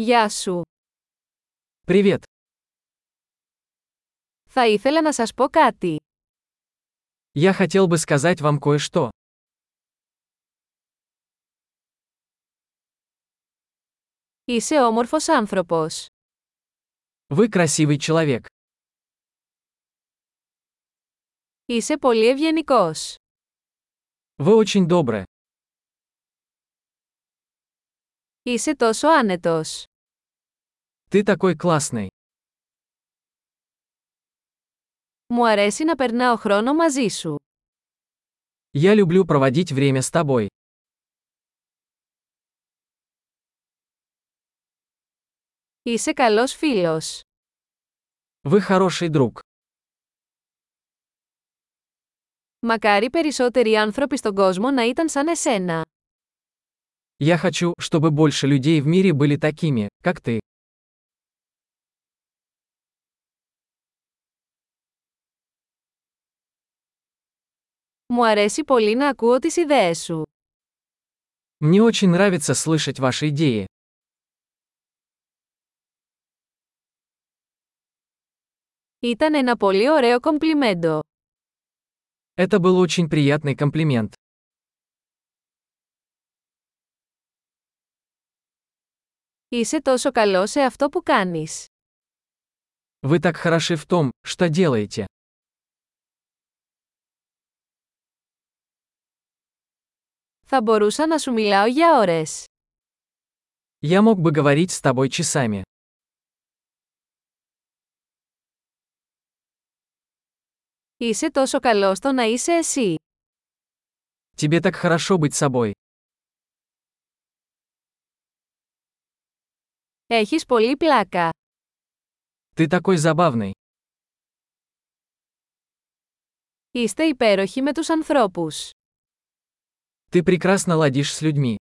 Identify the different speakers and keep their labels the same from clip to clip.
Speaker 1: Γεια σου.
Speaker 2: Привет.
Speaker 1: Θα ήθελα να σας πω κάτι.
Speaker 2: Я хотел бы сказать вам кое-что.
Speaker 1: Είσαι όμορφος άνθρωπος.
Speaker 2: Вы красивый человек.
Speaker 1: Είσαι πολύ ευγενικός.
Speaker 2: Вы очень добры.
Speaker 1: Είσαι τόσο άνετος.
Speaker 2: Ты такой классный.
Speaker 1: Μου αρέσει να περνάω χρόνο μαζί σου.
Speaker 2: Я люблю проводить время с тобой.
Speaker 1: Είσαι καλός φίλος.
Speaker 2: Вы хороший друг.
Speaker 1: Μακάρι περισσότεροι άνθρωποι στον κόσμο να ήταν σαν εσένα.
Speaker 2: Я хочу, чтобы больше людей в мире были такими, как ты.
Speaker 1: Μου αρέσει πολύ να ακούω τις ιδέες σου.
Speaker 2: Мне очень нравится слышать ваши идеи.
Speaker 1: Ήταν ένα πολύ ωραίο κομπλιμέντο.
Speaker 2: Это был очень приятный комплимент.
Speaker 1: Είσαι τόσο καλό σε αυτό που κάνεις.
Speaker 2: Вы так хороши в том, что делаете.
Speaker 1: Θα μπορούσα να σου μιλάω για ώρες.
Speaker 2: Я мог бы говорить с тобой часами.
Speaker 1: Είσαι τόσο καλό στο να είσαι εσύ.
Speaker 2: Тебе так хорошо быть собой.
Speaker 1: Έχεις πολύ πλάκα.
Speaker 2: Ты такой забавный.
Speaker 1: Είστε υπέροχοι με τους ανθρώπους.
Speaker 2: Ты прекрасно ладишь с людьми.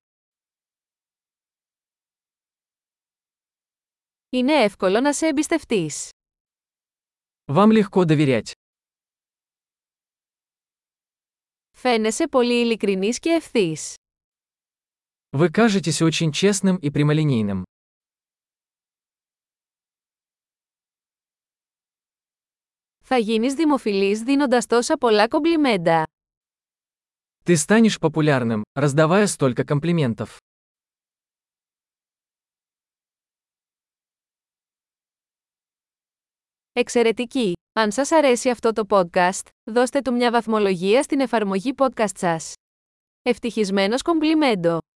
Speaker 1: Είναι εύκολο να σε εμπιστευτείς.
Speaker 2: Вам легко доверять.
Speaker 1: Φαίνεσαι πολύ ειλικρινής και ευθύς.
Speaker 2: Вы кажетесь очень честным и прямолинейным.
Speaker 1: Θα γίνεις δημοφιλής δίνοντας τόσα πολλά κομπλιμέντα.
Speaker 2: Ты станешь популярным, раздавая столько комплиментов.
Speaker 1: Εξαιρετική! Αν σας αρέσει αυτό το podcast, δώστε του μια βαθμολογία στην εφαρμογή podcast σας. Ευτυχισμένος κομπλιμέντο!